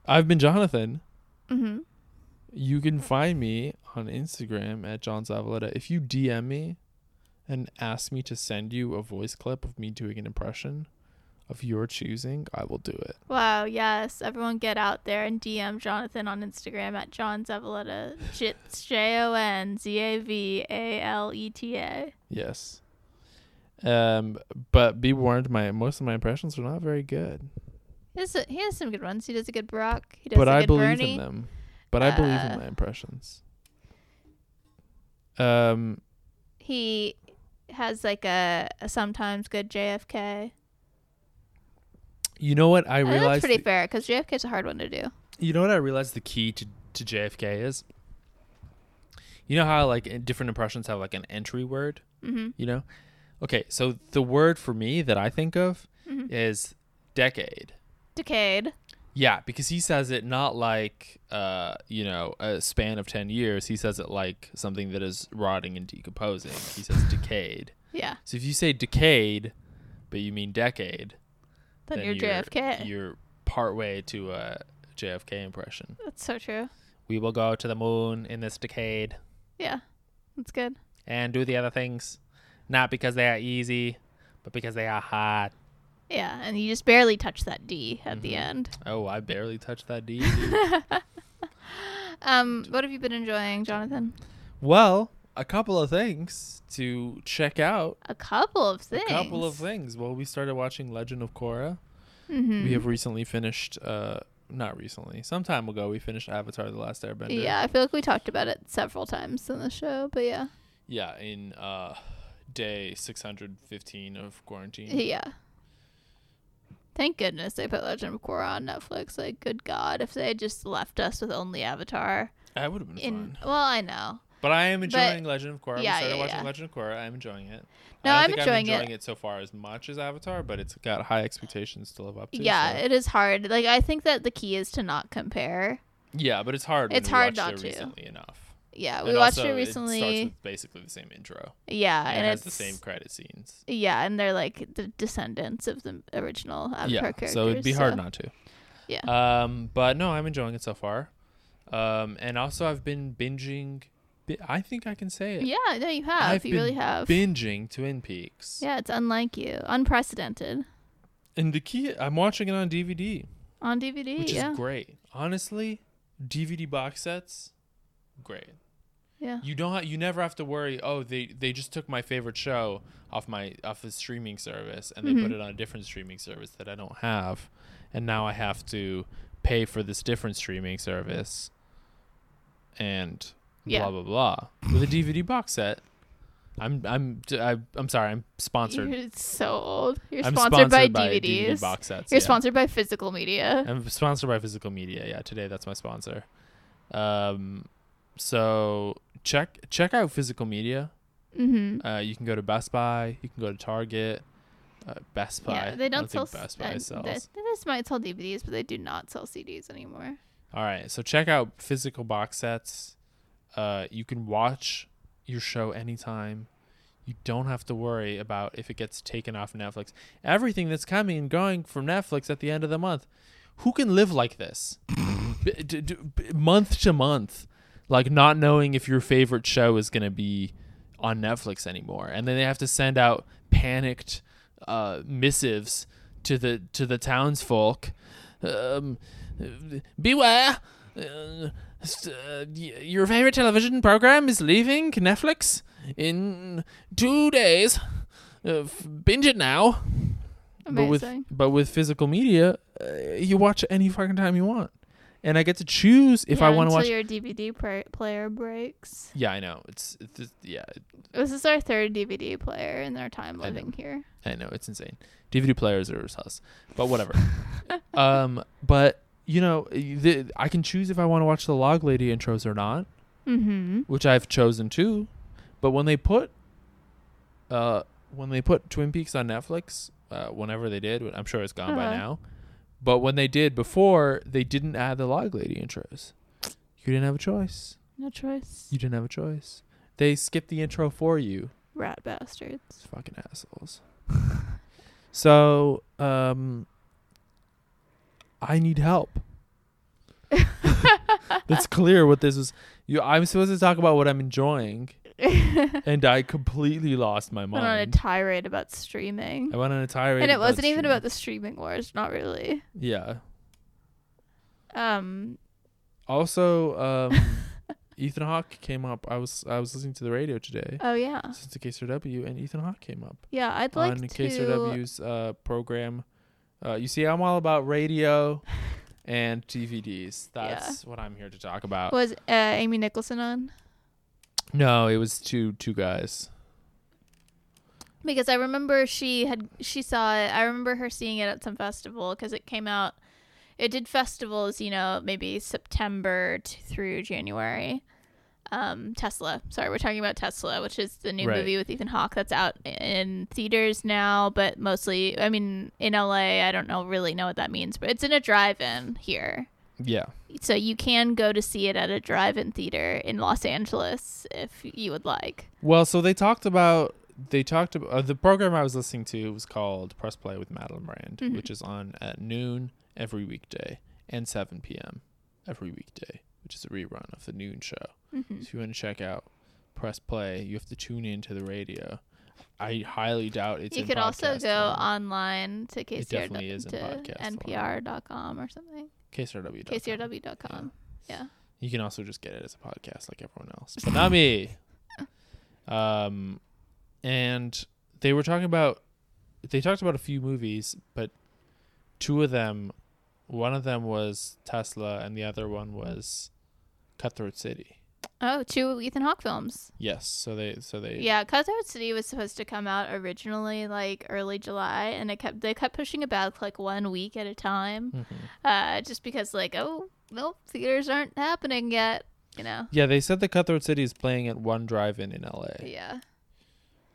Speaker 1: I've been Jonathan.
Speaker 2: Mm-hmm.
Speaker 1: You can find me on Instagram at John Zavaleta. If you DM me and ask me to send you a voice clip of me doing an impression of your choosing, I will do it.
Speaker 2: Wow, yes. Everyone get out there and DM Jonathan on Instagram at John Zavaleta. J- It's J O N Z A V A L E T A.
Speaker 1: Yes. Um, but be warned, my most of my impressions are not very good.
Speaker 2: He has he has some good ones. He does a good Brock. He does
Speaker 1: but
Speaker 2: a good
Speaker 1: I believe
Speaker 2: Bernie.
Speaker 1: in them. But I believe
Speaker 2: Uh,
Speaker 1: in my impressions. Um,
Speaker 2: He has like a, a sometimes good JFK.
Speaker 1: you know what I
Speaker 2: I think Oh, that's
Speaker 1: realized?
Speaker 2: pretty
Speaker 1: The,
Speaker 2: fair because JFK's a hard one to do.
Speaker 1: you know what I realized the key to to JFK is. You know how like in- different impressions have like an entry word.
Speaker 2: Mhm.
Speaker 1: You know, okay. So the word for me that I think of
Speaker 2: Mm-hmm.
Speaker 1: is decade.
Speaker 2: Decade.
Speaker 1: Yeah, because he says it not like uh, you know, a span of 10 years. He says it like something that is rotting and decomposing. He says decayed.
Speaker 2: Yeah.
Speaker 1: So if you say decayed but you mean decade,
Speaker 2: Then you're JFK.
Speaker 1: You're partway to a JFK impression.
Speaker 2: That's so true.
Speaker 1: We will go to the moon in this decade
Speaker 2: Yeah, that's good.
Speaker 1: and do the other things, not because they are easy, but because they are hard.
Speaker 2: Yeah, and you just barely touch that D at the end.
Speaker 1: Oh, I barely touched that D.
Speaker 2: Um, what have you been enjoying, Jonathan?
Speaker 1: well, a couple of things to check out.
Speaker 2: A couple of things. Mm-hmm.
Speaker 1: A couple of things. Well, we started watching Legend of Korra.
Speaker 2: Hmm.
Speaker 1: We have recently finished. Uh, not recently. Some time ago, we finished Avatar: The Last Airbender.
Speaker 2: Yeah, I feel like we talked about it several times in the show, but yeah,
Speaker 1: Yeah, in uh, day 615 of quarantine.
Speaker 2: yeah. Thank goodness they put Legend of Korra on Netflix. Like, good God, if they had just left us with only Avatar.
Speaker 1: I would have been
Speaker 2: In
Speaker 1: fine.
Speaker 2: well, I know.
Speaker 1: But I am enjoying Legend of Korra.
Speaker 2: yeah,
Speaker 1: we started
Speaker 2: yeah,
Speaker 1: watching
Speaker 2: yeah.
Speaker 1: Legend of Korra. I'm enjoying it.
Speaker 2: No,
Speaker 1: I
Speaker 2: I'm
Speaker 1: don't think
Speaker 2: enjoying it.
Speaker 1: I'm enjoying it. so far as much as Avatar, but it's got high expectations to live up to.
Speaker 2: Yeah,
Speaker 1: so-
Speaker 2: it is hard. Like, I think that the key is to not compare.
Speaker 1: yeah, but it's hard. when
Speaker 2: it's
Speaker 1: we watched
Speaker 2: hard not
Speaker 1: it
Speaker 2: to.
Speaker 1: Recently enough.
Speaker 2: Yeah, we
Speaker 1: And
Speaker 2: watched
Speaker 1: also,
Speaker 2: it
Speaker 1: starts
Speaker 2: recently.
Speaker 1: with basically the same intro.
Speaker 2: yeah,
Speaker 1: And
Speaker 2: and,
Speaker 1: it has
Speaker 2: it's
Speaker 1: the same credit scenes.
Speaker 2: Yeah, and they're like the descendants of the original Avatar characters.
Speaker 1: so it'd be hard not to.
Speaker 2: Yeah.
Speaker 1: Um, but no, I'm enjoying it so far. Um, and also I've been binging. bi- I think I can say it.
Speaker 2: Yeah, no, you have.
Speaker 1: I've
Speaker 2: you
Speaker 1: been
Speaker 2: really have.
Speaker 1: binging Twin Peaks.
Speaker 2: yeah, it's unlike you, unprecedented
Speaker 1: And the key, I'm watching it on DVD,
Speaker 2: on DVD.
Speaker 1: which
Speaker 2: yeah,
Speaker 1: is great. Honestly, DVD box sets, great.
Speaker 2: yeah,
Speaker 1: You don't. You never have to worry. Oh, they they just took my favorite show off my off the streaming service and they
Speaker 2: Mm-hmm.
Speaker 1: put it on a different streaming service that I don't have, and now I have to pay for this different streaming service. And
Speaker 2: Yeah.
Speaker 1: blah blah blah with a DVD box set. I'm I'm I, I'm sorry. I'm sponsored.
Speaker 2: You're so old. You're
Speaker 1: I'm
Speaker 2: sponsored, by,
Speaker 1: DVD
Speaker 2: DVDs.
Speaker 1: box sets.
Speaker 2: You're
Speaker 1: yeah.
Speaker 2: sponsored by physical media.
Speaker 1: I'm sponsored by Physical Media. Yeah, today that's my sponsor. Um, so check check out Physical Media.
Speaker 2: Mm-hmm.
Speaker 1: Uh, you can go to Best Buy. You can go to Target. Uh, Best Buy.
Speaker 2: Yeah, they don't,
Speaker 1: I
Speaker 2: sell.
Speaker 1: think Best
Speaker 2: Best
Speaker 1: Buy
Speaker 2: uh,
Speaker 1: sells.
Speaker 2: they, they just might sell DVDs, but they do not sell CDs anymore.
Speaker 1: All right, so check out physical box sets. Uh, you can watch your show anytime. You don't have to worry about if it gets taken off Netflix. Everything that's coming and going from Netflix at the end of the month. Who can live like this? B- d- d- b- month to month, like not knowing if your favorite show is going to be on Netflix anymore. And then they have to send out panicked uh, missives to the to the townsfolk um, beware. Uh, s- uh, y- your favorite television program is leaving Netflix in two days. Uh, f- binge it now. But with
Speaker 2: Amazing.
Speaker 1: but with physical media, uh, you watch it any fucking time you want, and I get to choose if I
Speaker 2: Yeah,
Speaker 1: want to
Speaker 2: until
Speaker 1: watch.
Speaker 2: your DVD pr- player breaks.
Speaker 1: Yeah, I know. It's, it's just- yeah,
Speaker 2: This is our third DVD player in our time
Speaker 1: I know.
Speaker 2: living here.
Speaker 1: I know it's insane. DVD players are sus, but whatever. um, but you know, the, I can choose if I want to watch the Log Lady intros or not.
Speaker 2: Mm-hmm.
Speaker 1: which I've chosen to. But when they put, uh, when they put Twin Peaks on Netflix, uh, whenever they did, I'm sure it's gone by
Speaker 2: Uh-huh.
Speaker 1: now. But when they did before, they didn't add the Log Lady intros. You didn't have a choice.
Speaker 2: No choice.
Speaker 1: You didn't have a choice. They skipped the intro for you.
Speaker 2: Rat bastards.
Speaker 1: It's fucking assholes. so, um, I need help. That's clear what this is. You, I'm supposed to talk about what I'm enjoying, and I completely lost my
Speaker 2: Went on a
Speaker 1: mind.
Speaker 2: tirade about streaming.
Speaker 1: I went on a tirade,
Speaker 2: and it wasn't even
Speaker 1: streaming.
Speaker 2: about the streaming wars, not really.
Speaker 1: Yeah.
Speaker 2: Um
Speaker 1: Also, um, Ethan Hawke came up. I was I was listening to the radio today,
Speaker 2: oh yeah.
Speaker 1: since the KCRW, and Ethan Hawke came up.
Speaker 2: Yeah, I'd like
Speaker 1: on
Speaker 2: to
Speaker 1: KCRW's uh, program. Uh, you see, I'm all about radio and DVDs.
Speaker 2: Yeah.
Speaker 1: That's what I'm here to talk about.
Speaker 2: was uh, Amy Nicholson on?
Speaker 1: No, it was two two guys.
Speaker 2: Because I remember she had she saw it. I remember her seeing it at some festival because it came out it did festivals, you know, maybe September t- through January. Um, Tesla. Sorry, we're talking about Tesla, which is the new
Speaker 1: Right.
Speaker 2: movie with Ethan Hawke that's out in theaters now, but mostly, I mean, in LA, I don't know really know what that means, but it's in a drive-in here.
Speaker 1: Yeah,
Speaker 2: So you can go to see it at a drive-in theater in Los Angeles if you would like.
Speaker 1: Well, so they talked about they talked about uh, the program I was listening to was called Press Play with Madeline Brand,
Speaker 2: Mm-hmm.
Speaker 1: which is on at noon every weekday and 7 p.m. every weekday, which is a rerun of the noon show.
Speaker 2: Mm-hmm.
Speaker 1: So if you want to check out Press Play, you have to tune into the radio. I highly doubt it's.
Speaker 2: you
Speaker 1: in
Speaker 2: could also
Speaker 1: podcast
Speaker 2: go
Speaker 1: form.
Speaker 2: online to KCR.
Speaker 1: definitely is in
Speaker 2: to
Speaker 1: podcast form.
Speaker 2: NPR.com or something.
Speaker 1: KCRW.
Speaker 2: KCRW.com. Yeah.
Speaker 1: You can also just get it as a podcast like everyone else, but not me. Um, and they were talking about, they talked about a few movies, but two of them, one of them was Tesla and the other one was Cutthroat City.
Speaker 2: Oh, two Ethan Hawke films.
Speaker 1: Yes. So they, so they,
Speaker 2: Yeah, Cutthroat City was supposed to come out originally like early July, and it kept they kept pushing it back like one week at a time,
Speaker 1: Mm. mm-hmm.
Speaker 2: uh, just because like oh nope theaters aren't happening yet, you know.
Speaker 1: yeah, they said that Cutthroat City is playing at one drive-in in LA.
Speaker 2: Yeah,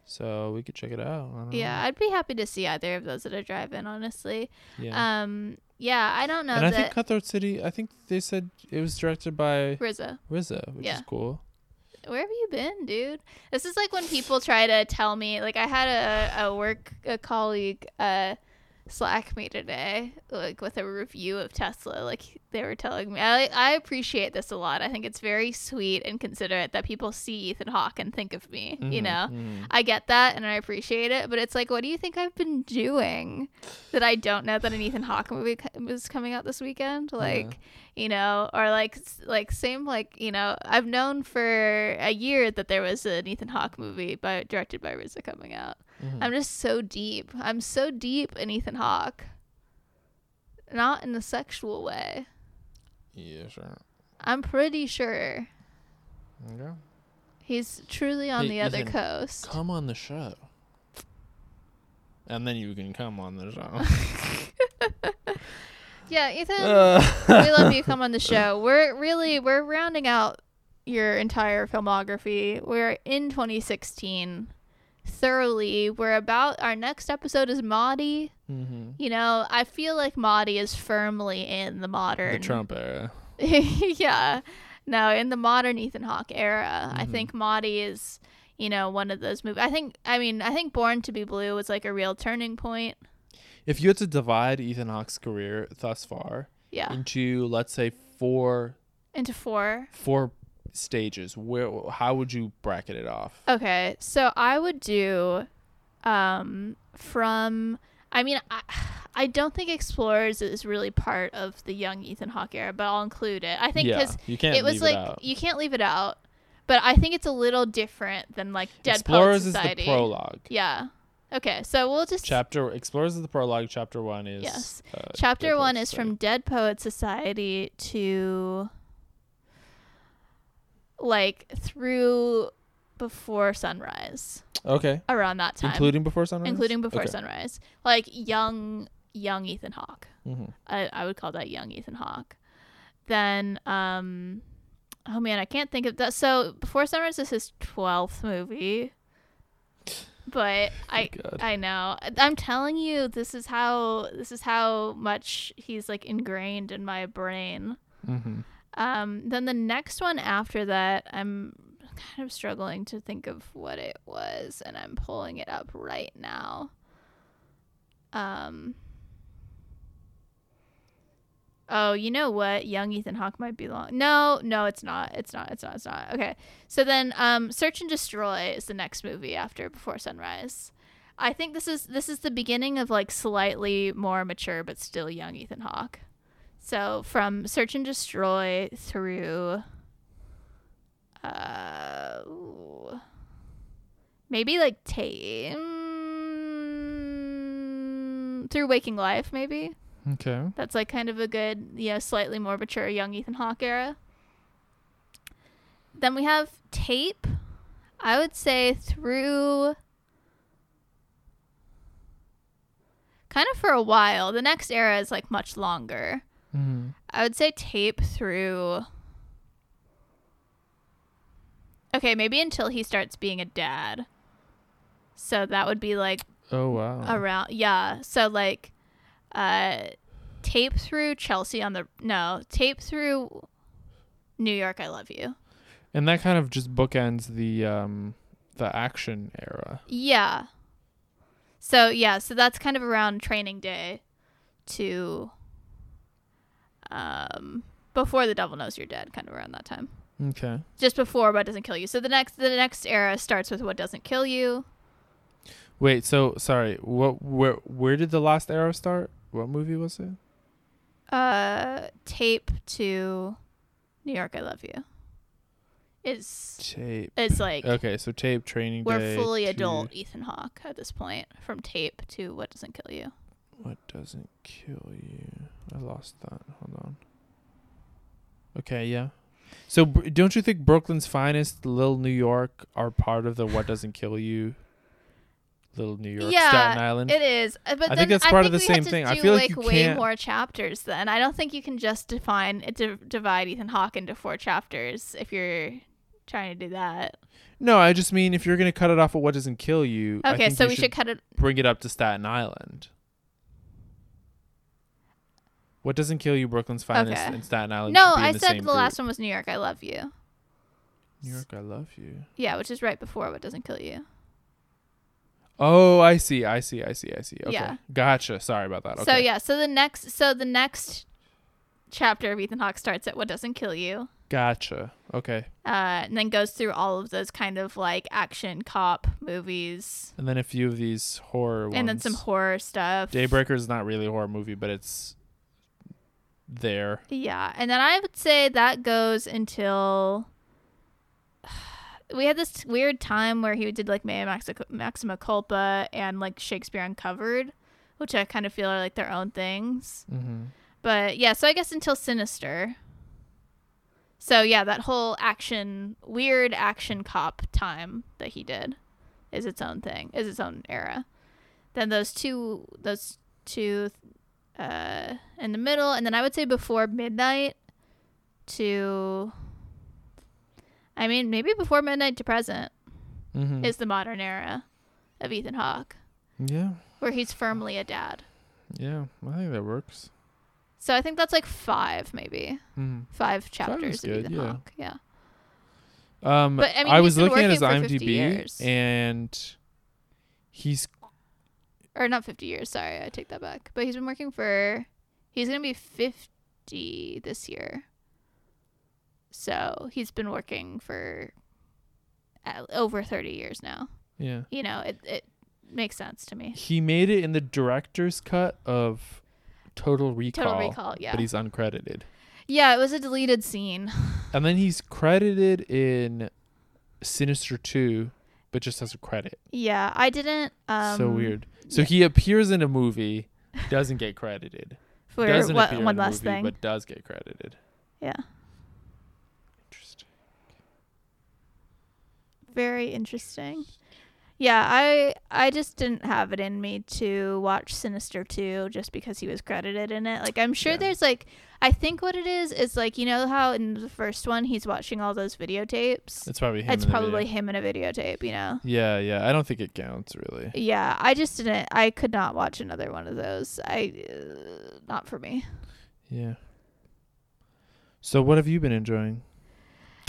Speaker 1: So we could check it out. I don't
Speaker 2: yeah, I'd be happy to see either of those at a drive-in, honestly.
Speaker 1: know. Yeah.
Speaker 2: Um, yeah, I don't know
Speaker 1: and I think
Speaker 2: that
Speaker 1: Cutthroat City, I think they said it was directed by
Speaker 2: Rizzo.
Speaker 1: Rizzo, which
Speaker 2: Yeah.
Speaker 1: is cool.
Speaker 2: where have you been, dude? This is like when people try to tell me, like I had a, a work a colleague uh slack me today, like with a review of Tesla. Like they were telling me, I I appreciate this a lot. I think it's very sweet and considerate that people see Ethan Hawke and think of me.
Speaker 1: Mm-hmm.
Speaker 2: You know, I get that and I appreciate it, but it's like, what do you think I've been doing that I don't know that an Ethan Hawke movie co- was coming out this weekend? Like you know, or like s- like same like you know, I've known for a year that there was an Ethan Hawke movie by directed by Rizzo coming out. I'm just so deep. I'm so deep in Ethan Hawke, not in a sexual way.
Speaker 1: Yeah, sure.
Speaker 2: I'm pretty sure
Speaker 1: Okay.
Speaker 2: he's truly on
Speaker 1: Hey,
Speaker 2: the other
Speaker 1: Ethan,
Speaker 2: coast.
Speaker 1: come on the show. And then you can come on the show.
Speaker 2: yeah, Ethan,
Speaker 1: Uh,
Speaker 2: we love you. Come on the show. We're really we're rounding out your entire filmography. We're in 2016 thoroughly. We're about our next episode is Maudie.
Speaker 1: mhm.
Speaker 2: You know, I feel like Maudie is firmly in the
Speaker 1: The
Speaker 2: modern
Speaker 1: Trump era.
Speaker 2: yeah. No, in the modern Ethan Hawke era, I
Speaker 1: Mm-hmm.
Speaker 2: think Maudie is, you know, one of those movies. I think I mean, I think Born to be Blue was like a real turning point.
Speaker 1: If you had to divide Ethan Hawke's career thus far
Speaker 2: Yeah.
Speaker 1: into, let's say, four
Speaker 2: Into 4.
Speaker 1: four stages, where how would you bracket it off?
Speaker 2: Okay, so I would do um from I mean I I don't think Explorers is really part of the young Ethan Hawke era, but I'll include it. I think
Speaker 1: Yeah,
Speaker 2: because
Speaker 1: you can't
Speaker 2: it was
Speaker 1: leave it
Speaker 2: like
Speaker 1: out.
Speaker 2: you can't leave it out, but I think it's a little different than like Dead
Speaker 1: Explorers
Speaker 2: Poets
Speaker 1: is
Speaker 2: Society.
Speaker 1: the prologue.
Speaker 2: Yeah. Okay, so we'll just
Speaker 1: Chapter Explorers is the prologue. Chapter one is
Speaker 2: Yes.
Speaker 1: uh, Dead
Speaker 2: Chapter
Speaker 1: Poets
Speaker 2: one is
Speaker 1: Society.
Speaker 2: from Dead Poet Society to like through before sunrise
Speaker 1: okay,
Speaker 2: around that time,
Speaker 1: including before sunrise.
Speaker 2: including before
Speaker 1: Okay.
Speaker 2: sunrise, like young young Ethan Hawke.
Speaker 1: Mhm.
Speaker 2: I, I would call that young Ethan Hawke. Then um, oh man, I can't think of that. So before sunrise is his twelfth movie. But I
Speaker 1: God.
Speaker 2: I know. I'm telling you this is how this is how much he's like ingrained in my brain.
Speaker 1: Mm-hmm.
Speaker 2: Um then the next one after that I'm kind of struggling to think of what it was and I'm pulling it up right now. Um Oh, you know what? Young Ethan Hawke might be long. No, no, it's not. It's not. It's not. It's not. Okay. So then, um, Search and Destroy is the next movie after Before Sunrise. I think this is this is the beginning of like slightly more mature but still young Ethan Hawke. So from Search and Destroy through, uh, ooh, maybe like Tame through Waking Life, maybe.
Speaker 1: Okay.
Speaker 2: That's like kind of a good, you know, slightly more mature young Ethan Hawke era. Then we have Tape. I would say through kind of for a while. The next era is like much longer.
Speaker 1: Mm-hmm.
Speaker 2: I would say Tape through Okay, maybe until he starts being a dad. So that would be like
Speaker 1: Oh wow.
Speaker 2: around yeah so like uh tape through chelsea on the no tape through new york i love you
Speaker 1: And that kind of just bookends the um the action era.
Speaker 2: Yeah. So yeah, so that's kind of around training day to um before the devil knows you're dead, kind of around that time.
Speaker 1: Okay.
Speaker 2: Just before what doesn't kill you. So the next the next era starts with what doesn't kill you.
Speaker 1: Wait, so sorry. What where where did the last arrow start? What movie was it?
Speaker 2: Uh tape to New York I love you. Is
Speaker 1: Tape.
Speaker 2: it's like
Speaker 1: Okay, so tape training
Speaker 2: Uh, we're
Speaker 1: day.
Speaker 2: fully
Speaker 1: to
Speaker 2: adult Ethan Hawke at this point from tape to what doesn't kill you.
Speaker 1: What doesn't kill you? I lost that. Hold on. Okay, yeah. So br- don't you think Brooklyn's finest, Little New York, are part of the what doesn't kill you? Little New York,
Speaker 2: Yeah,
Speaker 1: Staten Island.
Speaker 2: It is, uh, but
Speaker 1: I think
Speaker 2: then
Speaker 1: that's part
Speaker 2: I
Speaker 1: of
Speaker 2: think
Speaker 1: the
Speaker 2: we
Speaker 1: same
Speaker 2: have to
Speaker 1: thing. I
Speaker 2: do,
Speaker 1: feel like
Speaker 2: like,
Speaker 1: you
Speaker 2: way
Speaker 1: can't-
Speaker 2: more chapters. Then I don't think you can just define it to divide Ethan Hawke into four chapters if you're trying to do that.
Speaker 1: no, I just mean if you're gonna cut it off at what doesn't kill you. I
Speaker 2: Okay,
Speaker 1: think
Speaker 2: so
Speaker 1: you
Speaker 2: we should cut it.
Speaker 1: bring it up to Staten Island. What doesn't kill you, Brooklyn's finest,
Speaker 2: Okay.
Speaker 1: and Staten Island?
Speaker 2: No,
Speaker 1: should be in
Speaker 2: I
Speaker 1: the
Speaker 2: said
Speaker 1: same
Speaker 2: the
Speaker 1: group.
Speaker 2: last one was New York. I love you.
Speaker 1: New York, I love you.
Speaker 2: Yeah, which is right before what doesn't kill you.
Speaker 1: Oh, I see, I see, I see, I see. Okay,
Speaker 2: Yeah.
Speaker 1: gotcha. Sorry about that. Okay.
Speaker 2: So yeah, so the next, so the next chapter of Ethan Hawke starts at what doesn't kill you.
Speaker 1: Gotcha. Okay.
Speaker 2: Uh, and then goes through all of those kind of like action cop movies,
Speaker 1: And then a few of these horror ones.
Speaker 2: and then some horror stuff.
Speaker 1: Daybreaker is not really a horror movie, but it's there.
Speaker 2: Yeah, and then I would say that goes until we had this weird time where he did like Maya Maxi- Maxima Culpa and like Shakespeare Uncovered, which I kind of feel are like their own things.
Speaker 1: Mm-hmm.
Speaker 2: But yeah, so I guess until Sinister. So yeah, that whole action, weird action cop time that he did is its own thing, is its own era. Then those two, those two uh, in the middle, and then I would say before midnight to. I mean, maybe before midnight to present
Speaker 1: Mm-hmm.
Speaker 2: is the modern era of Ethan Hawke,
Speaker 1: Yeah.
Speaker 2: where he's firmly a dad.
Speaker 1: Yeah. I think that works.
Speaker 2: So I think that's like five, maybe.
Speaker 1: Mm.
Speaker 2: five chapters
Speaker 1: is good,
Speaker 2: of Ethan
Speaker 1: yeah.
Speaker 2: Hawke. Yeah.
Speaker 1: Um,
Speaker 2: But, I
Speaker 1: I,
Speaker 2: mean, he's
Speaker 1: was
Speaker 2: been
Speaker 1: looking at
Speaker 2: working
Speaker 1: his
Speaker 2: for 50
Speaker 1: IMDb,
Speaker 2: years.
Speaker 1: and he's
Speaker 2: Or not 50 years, sorry. I take that back. But he's been working for he's going to be 50 this year. So, he's been working for at- over 30 years now.
Speaker 1: yeah.
Speaker 2: You know, it it makes sense to me.
Speaker 1: He made it in the director's cut of Total Recall.
Speaker 2: Total Recall, yeah.
Speaker 1: But he's uncredited.
Speaker 2: Yeah, it was a deleted scene.
Speaker 1: And then he's credited in Sinister 2, but just as a credit.
Speaker 2: Yeah, I didn't um
Speaker 1: so weird. So he appears in a movie, doesn't get credited.
Speaker 2: for
Speaker 1: doesn't
Speaker 2: what,
Speaker 1: appear
Speaker 2: one
Speaker 1: in a
Speaker 2: last
Speaker 1: movie,
Speaker 2: thing.
Speaker 1: but does get credited.
Speaker 2: yeah.
Speaker 1: Interesting.
Speaker 2: very interesting. Yeah, I I just didn't have it in me to watch Sinister 2 just because he was credited in it. Like I'm sure
Speaker 1: Yeah.
Speaker 2: there's like I think what it is is like you know how in the first one he's watching all those videotapes.
Speaker 1: It's probably him.
Speaker 2: It's
Speaker 1: in the
Speaker 2: probably
Speaker 1: video.
Speaker 2: him in a videotape, you know.
Speaker 1: Yeah, yeah. I don't think it counts really.
Speaker 2: Yeah, I just didn't I could not watch another one of those. I uh, not for me.
Speaker 1: Yeah. So what have you been enjoying?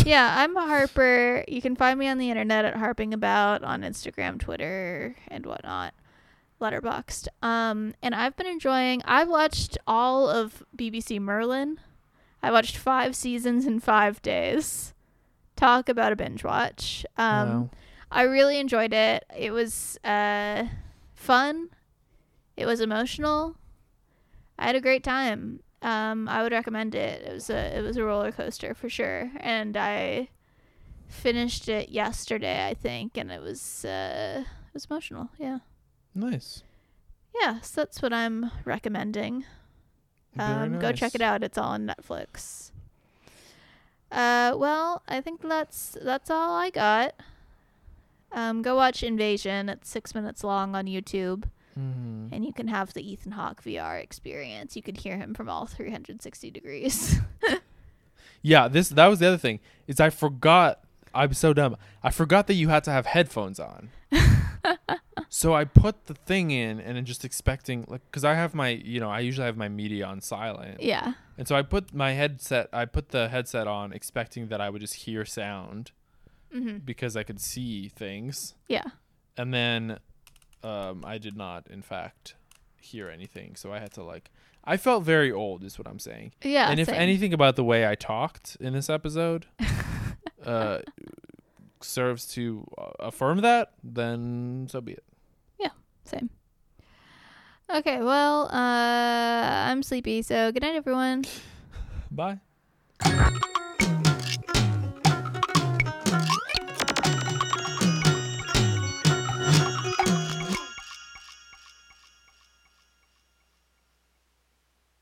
Speaker 2: yeah, I'm a Harper. You can find me on the internet at harping about on Instagram, Twitter, and whatnot. Letterboxed. Um, and I've been enjoying. I watched all of BBC Merlin. I watched five seasons in five days. Talk about a binge watch. Um,
Speaker 1: Wow.
Speaker 2: I really enjoyed it. It was uh, fun. It was emotional. I had a great time. Um, I would recommend it. It was a it was a roller coaster for sure, and I finished it yesterday, I think, and it was uh, it was emotional. Yeah,
Speaker 1: Nice.
Speaker 2: yeah. So that's what I'm recommending.
Speaker 1: Very
Speaker 2: Um, Go check
Speaker 1: nice.
Speaker 2: it out. It's all on Netflix. Uh, well, I think that's that's all I got. Um, go watch Invasion. It's six minutes long on YouTube,
Speaker 1: Mhm.
Speaker 2: and you can have the Ethan Hawke VR experience. You can hear him from all 360 degrees.
Speaker 1: Yeah, this that was the other thing is I forgot. I'm so dumb. I forgot that you had to have headphones on. so I put the thing in and I'm just expecting like because I have my you know I usually have my media on silent.
Speaker 2: yeah,
Speaker 1: And so I put my headset, I put the headset on, expecting that I would just hear sound because I could see things,
Speaker 2: Mm-hmm. Yeah.
Speaker 1: and then um, I did not, in fact, hear anything. So I had to like. I felt very old, is what I'm saying.
Speaker 2: Yeah.
Speaker 1: and if
Speaker 2: same.
Speaker 1: anything about the way I talked in this episode uh, serves to uh, affirm that, then so be it.
Speaker 2: Same. Okay, well, uh, I'm sleepy, so good night, everyone.
Speaker 1: Bye.